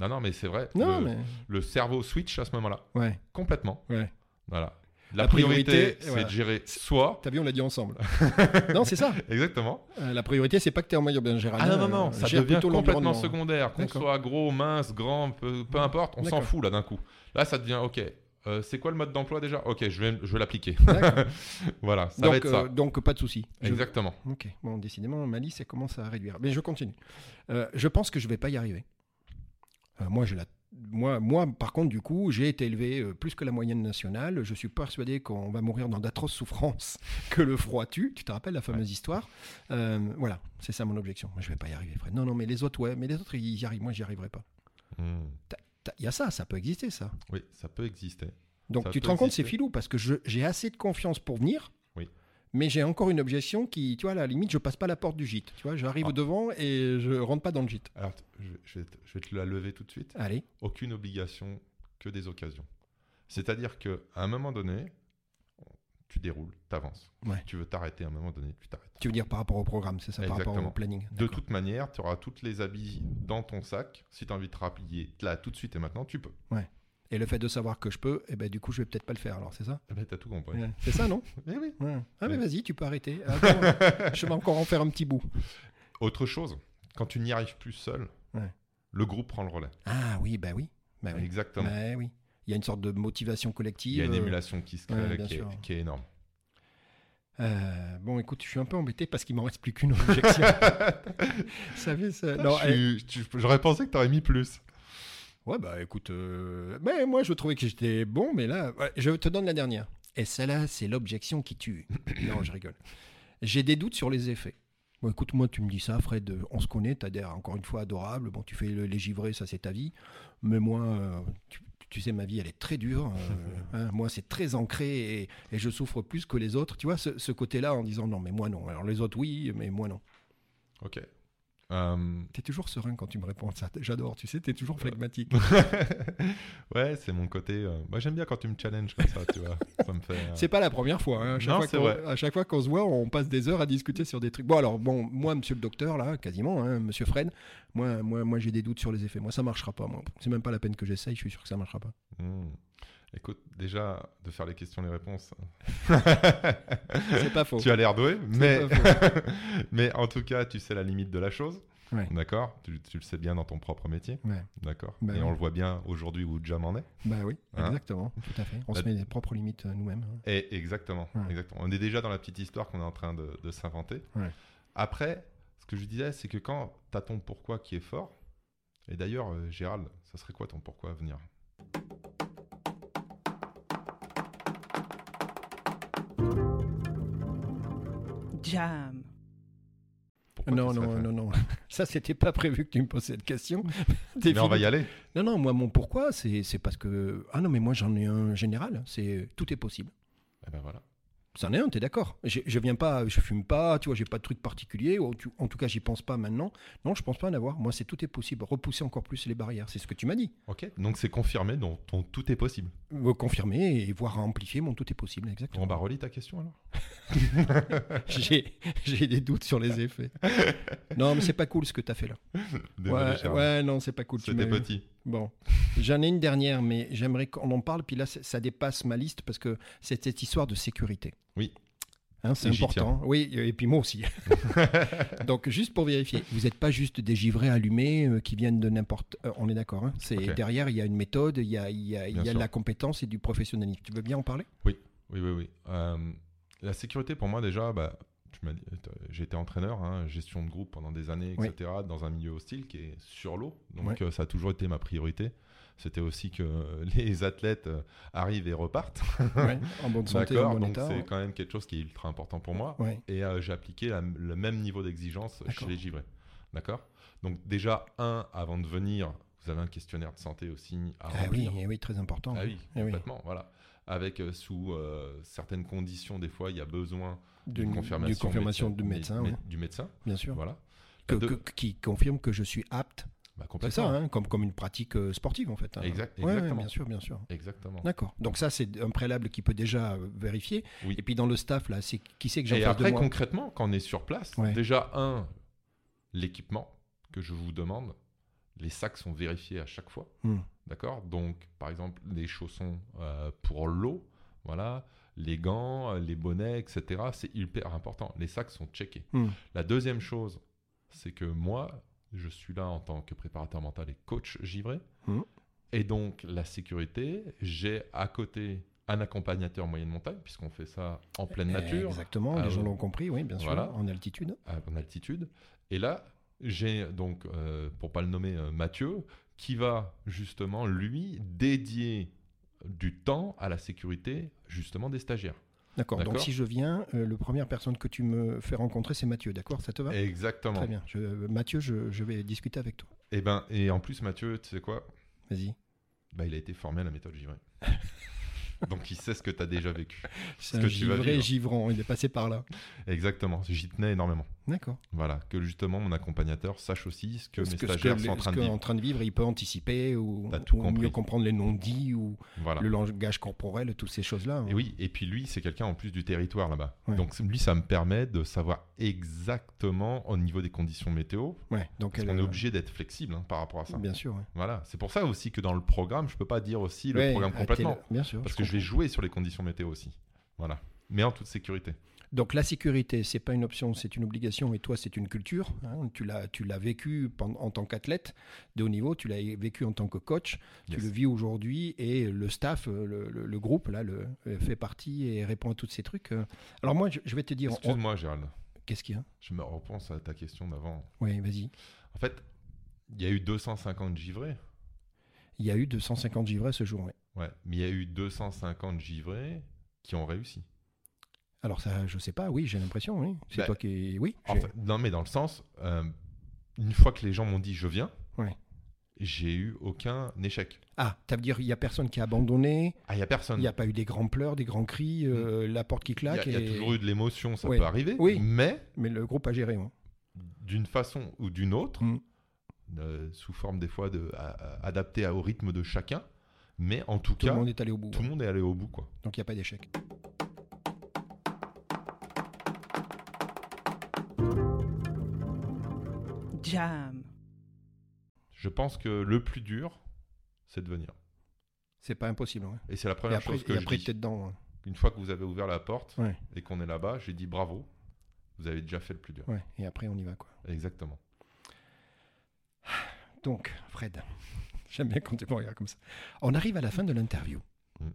Speaker 3: Non, non, mais c'est vrai.
Speaker 4: Non,
Speaker 3: le,
Speaker 4: mais.
Speaker 3: le cerveau switch à ce moment-là.
Speaker 4: Ouais.
Speaker 3: Complètement.
Speaker 4: Ouais.
Speaker 3: Voilà. La,
Speaker 4: La
Speaker 3: priorité,
Speaker 4: priorité,
Speaker 3: c'est
Speaker 4: voilà.
Speaker 3: de gérer soi.
Speaker 4: T'as vu, on l'a dit ensemble. non, c'est ça.
Speaker 3: Exactement.
Speaker 4: Euh, la priorité, c'est pas que t'es en maillot bien gérardien.
Speaker 3: Ah non, non, non,
Speaker 4: euh,
Speaker 3: ça
Speaker 4: gère
Speaker 3: devient
Speaker 4: plutôt
Speaker 3: complètement
Speaker 4: l'environnement.
Speaker 3: secondaire. Qu'on
Speaker 4: D'accord.
Speaker 3: soit gros, mince, grand, peu, peu importe, on s'en
Speaker 4: D'accord.
Speaker 3: fout là d'un coup. Là, ça devient ok. euh, c'est quoi le mode d'emploi déjà Ok, je vais, je vais l'appliquer.
Speaker 4: D'accord.
Speaker 3: voilà, ça va
Speaker 4: donc,
Speaker 3: être
Speaker 4: euh,
Speaker 3: ça.
Speaker 4: donc, pas de souci. Je-
Speaker 3: Exactement.
Speaker 4: Ok. Bon, décidément, ma liste elle commence à réduire. Mais je continue. Euh, je pense que je vais pas y arriver. Euh, moi, je la. Moi, moi, par contre, du coup, j'ai été élevé euh, plus que la moyenne nationale. Je suis persuadé qu'on va mourir dans d'atroces souffrances que le froid tue. Tu te rappelles la fameuse histoire Euh, Voilà, c'est ça mon objection. Moi, je vais pas y arriver, Fred. Non, non, mais les autres, ouais, mais les autres, ils y arrivent. Moi, j'y arriverai pas.
Speaker 3: Hmm.
Speaker 4: T'as- Il y a ça, ça peut exister, ça.
Speaker 3: Oui, ça peut exister.
Speaker 4: Donc
Speaker 3: Ça
Speaker 4: tu te
Speaker 3: peut
Speaker 4: rends compte, c'est
Speaker 3: exister.
Speaker 4: filou parce que je- j'ai assez de confiance pour venir.
Speaker 3: Oui.
Speaker 4: Mais j'ai encore une objection qui, tu vois, à la limite, je passe pas la porte du gîte. Tu vois, j'arrive
Speaker 3: Ah.
Speaker 4: devant et je rentre pas dans le gîte.
Speaker 3: Alors, t- je, vais- je vais te, je vais te la lever tout de suite.
Speaker 4: Allez,
Speaker 3: Aucune obligation, que des occasions. C'est-à-dire qu'à un moment donné, tu déroules, t'avances.
Speaker 4: Ouais.
Speaker 3: Tu veux t'arrêter à un moment donné, tu t'arrêtes.
Speaker 4: tu veux dire par rapport au programme, c'est ça, par rapport
Speaker 3: Exactement.
Speaker 4: au planning.
Speaker 3: De
Speaker 4: D'accord.
Speaker 3: toute manière, tu auras toutes les habits dans ton sac. Si tu as envie de te rappeler là tout de suite et maintenant, tu peux.
Speaker 4: Et le fait de savoir que je peux, eh ben du coup, je vais peut-être pas le faire. Alors c'est ça
Speaker 3: Eh ben, t'as tout compris.
Speaker 4: Ouais. C'est ça, non
Speaker 3: Eh oui.
Speaker 4: Ouais. Ah mais
Speaker 3: Ouais.
Speaker 4: vas-y, tu peux arrêter. Attends, je vais encore en faire un petit bout.
Speaker 3: Autre chose, quand tu n'y arrives plus seul,
Speaker 4: Ouais.
Speaker 3: le groupe prend le relais.
Speaker 4: Ah oui, bah oui, bah oui,
Speaker 3: Exactement.
Speaker 4: Bah oui. Il y a une sorte de motivation collective.
Speaker 3: Il y a une
Speaker 4: euh,
Speaker 3: émulation qui se crée
Speaker 4: ouais, bien
Speaker 3: qui,
Speaker 4: sûr.
Speaker 3: est, qui est énorme.
Speaker 4: Euh, bon, écoute, je suis un peu embêté parce qu'il m'en reste plus qu'une objection. ça fait ça. Non,
Speaker 3: Ah, Je suis- tu- J'aurais pensé que t'aurais mis plus.
Speaker 4: eh, ouais, bah écoute, euh, mais moi je trouvais que j'étais bon, mais là, ouais, je te donne la dernière. Et celle-là, c'est l'objection qui tue. non, je rigole. J'ai des doutes sur les effets. Bon, écoute, moi, tu me dis ça, Fred, euh, on se connaît, t'as l'air encore une fois adorable. Bon, tu fais le- les givrés, ça c'est ta vie. Mais moi, euh, tu, tu sais, ma vie, elle est très dure. euh, hein, moi, c'est très ancré et, et je souffre plus que les autres. Tu vois, ce, ce côté-là en disant non, mais moi non. Alors les autres, oui, mais moi non.
Speaker 3: Ok. Euh,
Speaker 4: T'es toujours serein quand tu me réponds ça. J'adore, tu sais, t'es toujours flegmatique.
Speaker 3: ouais, c'est mon côté. euh, Moi, j'aime bien quand tu me challenges comme ça, tu vois. Ça me fait. euh,
Speaker 4: C'est pas la première fois. hein. À, chaque
Speaker 3: Non,
Speaker 4: fois
Speaker 3: c'est
Speaker 4: qu'on-
Speaker 3: vrai.
Speaker 4: à chaque fois qu'on se voit, on passe des heures à discuter sur des trucs. Bon, alors, bon, moi, monsieur le docteur, là, quasiment, hein, monsieur Fred, moi, moi, moi j'ai des doutes sur les effets. Moi, ça marchera pas. Moi. C'est même pas la peine que j'essaye, je suis sûr que ça marchera pas.
Speaker 3: hmm. Écoute, déjà, de faire les questions les réponses. hein.
Speaker 4: C'est pas faux.
Speaker 3: tu as l'air doué, mais,
Speaker 4: pas
Speaker 3: mais en tout cas, tu sais la limite de la chose.
Speaker 4: Ouais.
Speaker 3: D'accord tu, tu le sais bien dans ton propre métier.
Speaker 4: Ouais.
Speaker 3: D'accord.
Speaker 4: Bah
Speaker 3: Et
Speaker 4: oui.
Speaker 3: on le voit bien aujourd'hui où Jam en est.
Speaker 4: Bah oui,
Speaker 3: Hein
Speaker 4: exactement, tout à fait. On
Speaker 3: Bah-
Speaker 4: se met des propres limites euh, nous-mêmes. hein.
Speaker 3: Et exactement,
Speaker 4: Ouais.
Speaker 3: exactement. On est déjà dans la petite histoire qu'on est en train de, de s'inventer.
Speaker 4: Ouais.
Speaker 3: Après, ce que je disais, c'est que quand tu as ton pourquoi qui est fort, et d'ailleurs, euh, Gérald, ça serait quoi ton pourquoi à venir
Speaker 2: jam,
Speaker 3: Pourquoi
Speaker 4: Non,
Speaker 3: tu serais
Speaker 4: non,
Speaker 3: fait
Speaker 4: non, non. Ça, c'était pas prévu que tu me poses cette question.
Speaker 3: Mais on va y aller.
Speaker 4: Non, non, moi, mon pourquoi, c'est c'est parce que. Ah non, mais moi, j'en ai un général. C'est tout est possible.
Speaker 3: Eh ben voilà.
Speaker 4: C'en est un, t'es d'accord. Je, je viens pas, je fume pas, tu vois, j'ai pas de truc particulier, ou tu- en tout cas, j'y pense pas maintenant. Non, je pense pas en avoir. Moi, c'est tout est possible. Repousser encore plus les barrières, c'est ce que tu m'as dit.
Speaker 3: Ok. Donc c'est confirmé, donc ton tout est possible.
Speaker 4: Euh, Confirmer et voire amplifier mon tout est possible,
Speaker 3: On
Speaker 4: exactement.
Speaker 3: va relier bah, ta question alors bah,
Speaker 4: J'ai j'ai des doutes sur les effets. non, mais c'est pas cool ce que t'as fait là.
Speaker 3: Désolé,
Speaker 4: ouais,
Speaker 3: Gérald.
Speaker 4: ouais, non, c'est pas cool. tu
Speaker 3: C'était
Speaker 4: m'as-
Speaker 3: petit.
Speaker 4: Bon, j'en ai une dernière, mais j'aimerais qu'on en parle. Puis là, c- ça dépasse ma liste parce que c'est cette histoire de sécurité.
Speaker 3: Oui.
Speaker 4: Hein, c'est
Speaker 3: Et j'y
Speaker 4: important. Oui, et puis moi aussi. Donc, juste pour vérifier, vous n'êtes pas juste des givrés allumés euh, qui viennent de n'importe. euh, on est d'accord. hein c'est
Speaker 3: Ok.
Speaker 4: derrière, il y a une méthode, il y a, il y a, il y a
Speaker 3: Bien
Speaker 4: de
Speaker 3: sûr.
Speaker 4: la compétence et du professionnalisme. Tu veux bien en parler
Speaker 3: Oui, oui, oui. Euh, la sécurité, pour moi, déjà, bah, tu m'as dit- euh, j'ai été entraîneur, hein, gestion de groupe pendant des années,
Speaker 4: Oui.
Speaker 3: etc., dans un milieu hostile qui est sur l'eau. Donc,
Speaker 4: Ouais.
Speaker 3: euh, ça a toujours été ma priorité. C'était aussi que euh, les athlètes euh, arrivent et repartent.
Speaker 4: En bonne santé, en
Speaker 3: D'accord.
Speaker 4: bon
Speaker 3: Donc,
Speaker 4: état.
Speaker 3: c'est
Speaker 4: ouais.
Speaker 3: quand même quelque chose qui est ultra important pour moi.
Speaker 4: Ouais.
Speaker 3: Et euh, j'ai appliqué la- le même niveau d'exigence chez
Speaker 4: D'accord.
Speaker 3: les givrés. D'accord Donc, déjà, un, avant de venir, vous avez un questionnaire de santé aussi à
Speaker 4: Ah, oui,
Speaker 3: remplir.
Speaker 4: eh oui, très important.
Speaker 3: Ah oui,
Speaker 4: Eh oui.
Speaker 3: complètement, voilà. Avec euh, sous euh, certaines conditions, des fois, il y a besoin
Speaker 4: D'une
Speaker 3: d'une confirmation,
Speaker 4: d'une confirmation
Speaker 3: méde-
Speaker 4: de médecin,
Speaker 3: mé-
Speaker 4: ouais,
Speaker 3: du médecin,
Speaker 4: bien sûr.
Speaker 3: voilà. Bah,
Speaker 4: Que-
Speaker 3: de-
Speaker 4: que- qui confirme que je suis apte
Speaker 3: Bah,
Speaker 4: C'est
Speaker 3: complètement.
Speaker 4: ça, hein, comme, comme une pratique euh, sportive en fait. hein.
Speaker 3: Exact-
Speaker 4: Ouais, ouais,
Speaker 3: exactement.
Speaker 4: bien sûr, bien sûr.
Speaker 3: Exactement.
Speaker 4: D'accord. Donc ça, c'est un préalable qui peut déjà euh, vérifier.
Speaker 3: Oui.
Speaker 4: Et puis dans le staff, là, c'est qui c'est que j'ai
Speaker 3: Et
Speaker 4: en face de
Speaker 3: après,
Speaker 4: moi
Speaker 3: concrètement, quand on est sur place,
Speaker 4: Ouais.
Speaker 3: déjà, un, l'équipement que je vous demande, les sacs sont vérifiés à chaque fois,
Speaker 4: Hmm.
Speaker 3: d'accord Donc, par exemple, les chaussons euh, pour l'eau, voilà, les gants, les bonnets, etc. C'est hyper important. Les sacs sont checkés.
Speaker 4: Hmm.
Speaker 3: La deuxième chose, c'est que moi, je suis là en tant que préparateur mental et coach givré.
Speaker 4: Hmm.
Speaker 3: Et donc, la sécurité, j'ai à côté un accompagnateur moyenne montagne, puisqu'on fait ça en pleine
Speaker 4: Eh,
Speaker 3: nature,
Speaker 4: Euh, Exactement,
Speaker 3: Ah
Speaker 4: les gens
Speaker 3: oui.
Speaker 4: l'ont compris, oui, bien sûr,
Speaker 3: Voilà.
Speaker 4: en altitude.
Speaker 3: à- en altitude. Et là, j'ai donc, euh, pour pas le nommer, euh, Mathieu, qui va justement, lui, dédier du temps à la sécurité, justement, des stagiaires.
Speaker 4: D'accord, donc
Speaker 3: D'accord.
Speaker 4: si je viens, euh, la première personne que tu me fais rencontrer, c'est Mathieu, d'accord Ça te va
Speaker 3: Exactement.
Speaker 4: Très bien. Je- euh, Mathieu, je, je vais discuter avec toi.
Speaker 3: Et ben, et en plus, Mathieu, tu sais quoi
Speaker 4: Vas-y.
Speaker 3: bah, Il a été formé à la méthode givrée. Donc il sait ce que tu as déjà vécu.
Speaker 4: C'est
Speaker 3: que
Speaker 4: un
Speaker 3: tu vas
Speaker 4: givré
Speaker 3: vivre.
Speaker 4: givrant, il est passé par là.
Speaker 3: Exactement, j'y tenais énormément.
Speaker 4: D'accord.
Speaker 3: Voilà, que justement mon accompagnateur sache aussi ce que
Speaker 4: Ce
Speaker 3: mes
Speaker 4: que- ce
Speaker 3: stagiaires
Speaker 4: que-
Speaker 3: sont en train de
Speaker 4: ce que
Speaker 3: vivre.
Speaker 4: en train de vivre, il peut anticiper ou,
Speaker 3: T'as tout
Speaker 4: ou
Speaker 3: compris.
Speaker 4: mieux comprendre les non-dits ou
Speaker 3: Voilà.
Speaker 4: le langage corporel, toutes ces choses-là. hein.
Speaker 3: Et oui, et puis lui, c'est quelqu'un en plus du territoire là-bas.
Speaker 4: Ouais.
Speaker 3: Donc lui, ça me permet de savoir exactement au niveau des conditions météo.
Speaker 4: Ouais, donc
Speaker 3: Parce
Speaker 4: elle-
Speaker 3: qu'on est obligé d'être flexible hein, par rapport à ça.
Speaker 4: Bien sûr. ouais.
Speaker 3: Voilà, c'est pour ça aussi que dans le programme, je peux pas dire aussi le
Speaker 4: Ouais,
Speaker 3: programme
Speaker 4: à
Speaker 3: complètement.
Speaker 4: tel- Bien sûr.
Speaker 3: Parce
Speaker 4: je
Speaker 3: que je vais
Speaker 4: comprends.
Speaker 3: jouer sur les conditions météo aussi. Voilà. Mais en toute sécurité.
Speaker 4: Donc la sécurité, c'est pas une option, c'est une obligation. Et toi, c'est une culture. hein. Tu l'as, tu l'as vécu pen- en tant qu'athlète de haut niveau. Tu l'as vécu en tant que coach. Tu
Speaker 3: Yes.
Speaker 4: le vis aujourd'hui et le staff, euh, le, le- le groupe là, le, euh, fait partie et répond à tous ces trucs. euh. Alors moi, je, je vais te dire, on-
Speaker 3: Excuse-moi, Gérald.
Speaker 4: qu'est-ce qu'il y a
Speaker 3: Je me repense à ta question d'avant.
Speaker 4: Oui, vas-y.
Speaker 3: En fait, il y a eu 250 givrés.
Speaker 4: Il y a eu 250 givrés ce jour. ouais.
Speaker 3: Ouais, mais il y a eu 250 givrés qui ont réussi.
Speaker 4: Alors ça, je sais pas. Oui, j'ai l'impression. Oui, c'est
Speaker 3: Bah,
Speaker 4: toi qui. Oui.
Speaker 3: En
Speaker 4: j'ai-
Speaker 3: fait, non, mais dans le sens, euh, une fois que les gens m'ont dit je viens,
Speaker 4: Ouais.
Speaker 3: j'ai eu aucun échec.
Speaker 4: Ah, ça veut dire il y a personne qui a abandonné.
Speaker 3: Ah, il n'y a personne.
Speaker 4: Il n'y a pas eu des grands pleurs, des grands cris, euh, la porte qui
Speaker 3: Il y a-
Speaker 4: claque.
Speaker 3: il y a
Speaker 4: et-
Speaker 3: toujours eu de l'émotion, ça
Speaker 4: Ouais.
Speaker 3: peut arriver.
Speaker 4: Oui.
Speaker 3: Mais
Speaker 4: Mais le groupe a géré. hein.
Speaker 3: d'une façon ou d'une autre,
Speaker 4: Mm.
Speaker 3: euh, sous forme des fois de, à- à- adaptée à- au rythme de chacun, mais en tout
Speaker 4: Tout
Speaker 3: cas,
Speaker 4: le monde est allé au bout.
Speaker 3: tout le monde est allé au bout. quoi.
Speaker 4: Donc il n'y a pas d'échec.
Speaker 2: jam,
Speaker 3: Je pense que le plus dur, c'est de venir.
Speaker 4: C'est pas impossible. ouais.
Speaker 3: Et c'est la
Speaker 4: Et
Speaker 3: première
Speaker 4: après,
Speaker 3: chose que
Speaker 4: et
Speaker 3: je
Speaker 4: après
Speaker 3: dis.
Speaker 4: t'es dedans. hein.
Speaker 3: Une fois que vous avez ouvert la porte
Speaker 4: Ouais.
Speaker 3: et qu'on est là-bas, j'ai dit bravo, vous avez déjà fait le plus dur.
Speaker 4: Ouais. Et après, on y va. quoi.
Speaker 3: Exactement.
Speaker 4: Donc, Fred, j'aime bien quand tu me regardes comme ça. On arrive à la fin de l'interview.
Speaker 3: Mm.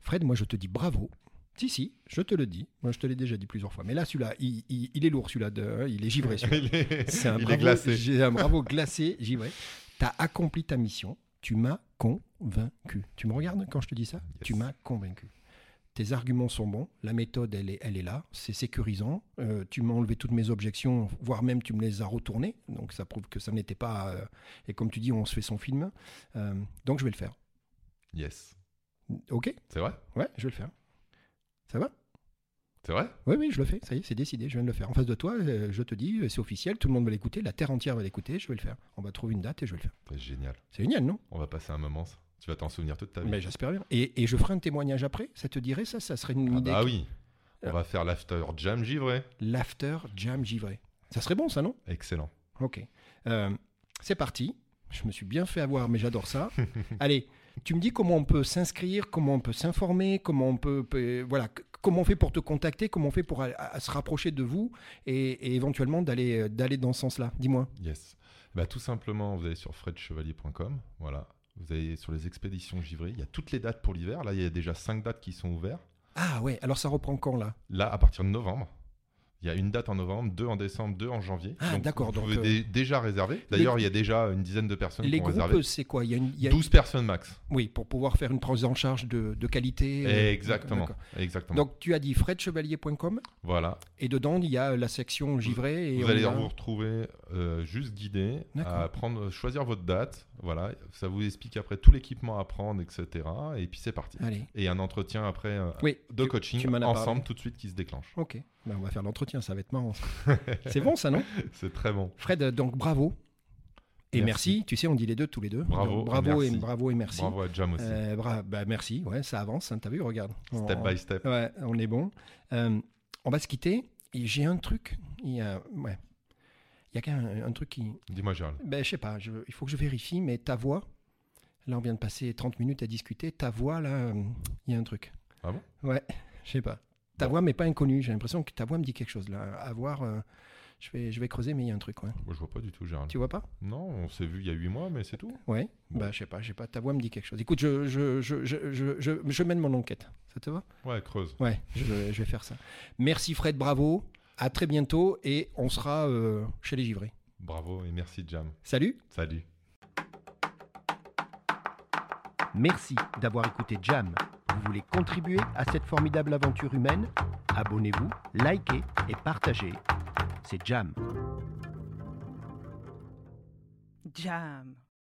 Speaker 4: Fred, moi, je te dis bravo. Si, si, je te le dis. Moi, je te l'ai déjà dit plusieurs fois. Mais là, celui-là, il, il- il est lourd, celui-là. de- hein, Il est givré, celui-là.
Speaker 3: il est,
Speaker 4: C'est un,
Speaker 3: il est
Speaker 4: bravo,
Speaker 3: glacé.
Speaker 4: j'ai un bravo glacé, givré. Tu as accompli ta mission. Tu m'as convaincu. Tu me regardes quand je te dis ça
Speaker 3: Yes.
Speaker 4: Tu m'as convaincu. Tes arguments sont bons. La méthode, elle est, elle est là. C'est sécurisant. Euh, tu m'as enlevé toutes mes objections, voire même tu me les as retournées. Donc ça prouve que ça n'était pas. euh, et comme tu dis, on se fait son film. Euh, donc je vais le faire.
Speaker 3: Yes.
Speaker 4: Ok
Speaker 3: C'est vrai
Speaker 4: Ouais, je vais le faire. Ça va
Speaker 3: C'est vrai
Speaker 4: Oui, oui, je le fais. Ça y est, c'est décidé. Je viens de le faire. En face de toi, euh, je te dis, c'est officiel. Tout le monde va l'écouter. La terre entière va l'écouter. Je vais le faire. On va trouver une date et je vais le faire.
Speaker 3: C'est génial.
Speaker 4: C'est génial, non
Speaker 3: On va passer un moment, ça. Tu vas t'en souvenir toute ta vie.
Speaker 4: Mais j'espère bien. Et, et je ferai un témoignage après. Ça te dirait ça Ça serait une
Speaker 3: ah
Speaker 4: idée.
Speaker 3: bah oui. On
Speaker 4: Alors.
Speaker 3: va faire l'after jam givré.
Speaker 4: L'after jam givré. Ça serait bon, ça, non
Speaker 3: Excellent.
Speaker 4: Ok. Euh, c'est parti. Je me suis bien fait avoir, mais j'adore ça. Allez, tu me dis comment on peut s'inscrire, comment on peut s'informer, comment on peut, peut- voilà, c- comment on fait pour te contacter, comment on fait pour a- a- se rapprocher de vous et, et éventuellement d'aller euh, d'aller dans ce sens-là. Dis-moi.
Speaker 3: Yes. Bah, tout simplement, vous allez sur fredchevalier.com. Voilà. Vous allez sur les expéditions givrées. Il y a toutes les dates pour l'hiver. Là, il y a déjà cinq dates qui sont ouvertes.
Speaker 4: Ah ouais. Alors ça reprend quand là
Speaker 3: Là, à partir de novembre. Il y a une date en novembre, deux en décembre, deux en janvier.
Speaker 4: Ah, d'accord,
Speaker 3: Vous
Speaker 4: donc,
Speaker 3: pouvez
Speaker 4: euh,
Speaker 3: dé- déjà réserver. D'ailleurs, il y a déjà une dizaine de personnes
Speaker 4: Les
Speaker 3: qui ont
Speaker 4: groupes,
Speaker 3: réservé.
Speaker 4: c'est quoi Il y a une- il y a-
Speaker 3: 12 personnes max.
Speaker 4: Oui, pour pouvoir faire une prise en charge de, de qualité. euh,
Speaker 3: Exactement.
Speaker 4: d'accord.
Speaker 3: Exactement.
Speaker 4: Donc tu as dit fredchevalier.com
Speaker 3: voilà.
Speaker 4: et dedans il y a la section givré. Et
Speaker 3: vous
Speaker 4: on
Speaker 3: allez
Speaker 4: y va.
Speaker 3: vous retrouver euh, juste guidé à
Speaker 4: D'accord.
Speaker 3: prendre, choisir votre date. Voilà, ça vous explique après tout l'équipement à prendre, etc. Et puis c'est parti.
Speaker 4: Allez.
Speaker 3: Et un entretien après euh,
Speaker 4: Oui.
Speaker 3: de
Speaker 4: tu-
Speaker 3: coaching
Speaker 4: m'en as
Speaker 3: ensemble
Speaker 4: parlé.
Speaker 3: tout de suite qui se déclenche.
Speaker 4: Ok. Ben, on va faire l'entretien, ça va être marrant. ça. c'est bon ça, non
Speaker 3: c'est très bon.
Speaker 4: Fred, donc bravo. Et merci.
Speaker 3: Merci.
Speaker 4: Tu sais, on dit les deux tous les deux.
Speaker 3: Bravo
Speaker 4: Donc,
Speaker 3: et
Speaker 4: bravo et,
Speaker 3: merci.
Speaker 4: bravo et merci.
Speaker 3: Bravo à Jam aussi.
Speaker 4: Euh, bra- bah, merci. Ouais, ça avance. hein, T'as vu, regarde. On-
Speaker 3: step by step.
Speaker 4: Ouais, on est bon. Euh, on va se quitter. Et j'ai un truc. Il y a, ouais. Il y a quand même un, un truc qui.
Speaker 3: Dis-moi Gérald.
Speaker 4: Ben, je sais pas. je- il faut que je vérifie. Mais ta voix. Là, on vient de passer 30 minutes à discuter. Ta voix, là, euh, il y a un truc.
Speaker 3: Ah bon
Speaker 4: Ouais. Je sais pas. Ta voix m'est pas inconnue. J'ai l'impression que ta voix me dit quelque chose là. À voir, euh, je, vais, je vais creuser, mais il y a un truc. ouais.
Speaker 3: Moi, je vois pas du tout, Gérald.
Speaker 4: Tu vois pas
Speaker 3: Non, on s'est vu il y a 8 mois, mais c'est tout.
Speaker 4: Ouais. Bah, je sais pas, je sais pas. Ta voix me dit quelque chose. Écoute, je, je, je, je, je, je, je mène mon enquête. Ça te va
Speaker 3: Ouais, creuse.
Speaker 4: Ouais, je, je vais faire ça. Merci Fred, bravo. À très bientôt et on sera euh, chez les givrés.
Speaker 3: Bravo et merci, Jam.
Speaker 4: Salut
Speaker 3: Salut.
Speaker 4: Merci d'avoir écouté Jam. Vous voulez contribuer à cette formidable aventure humaine Abonnez-vous, likez et partagez. C'est Jam.
Speaker 2: jam.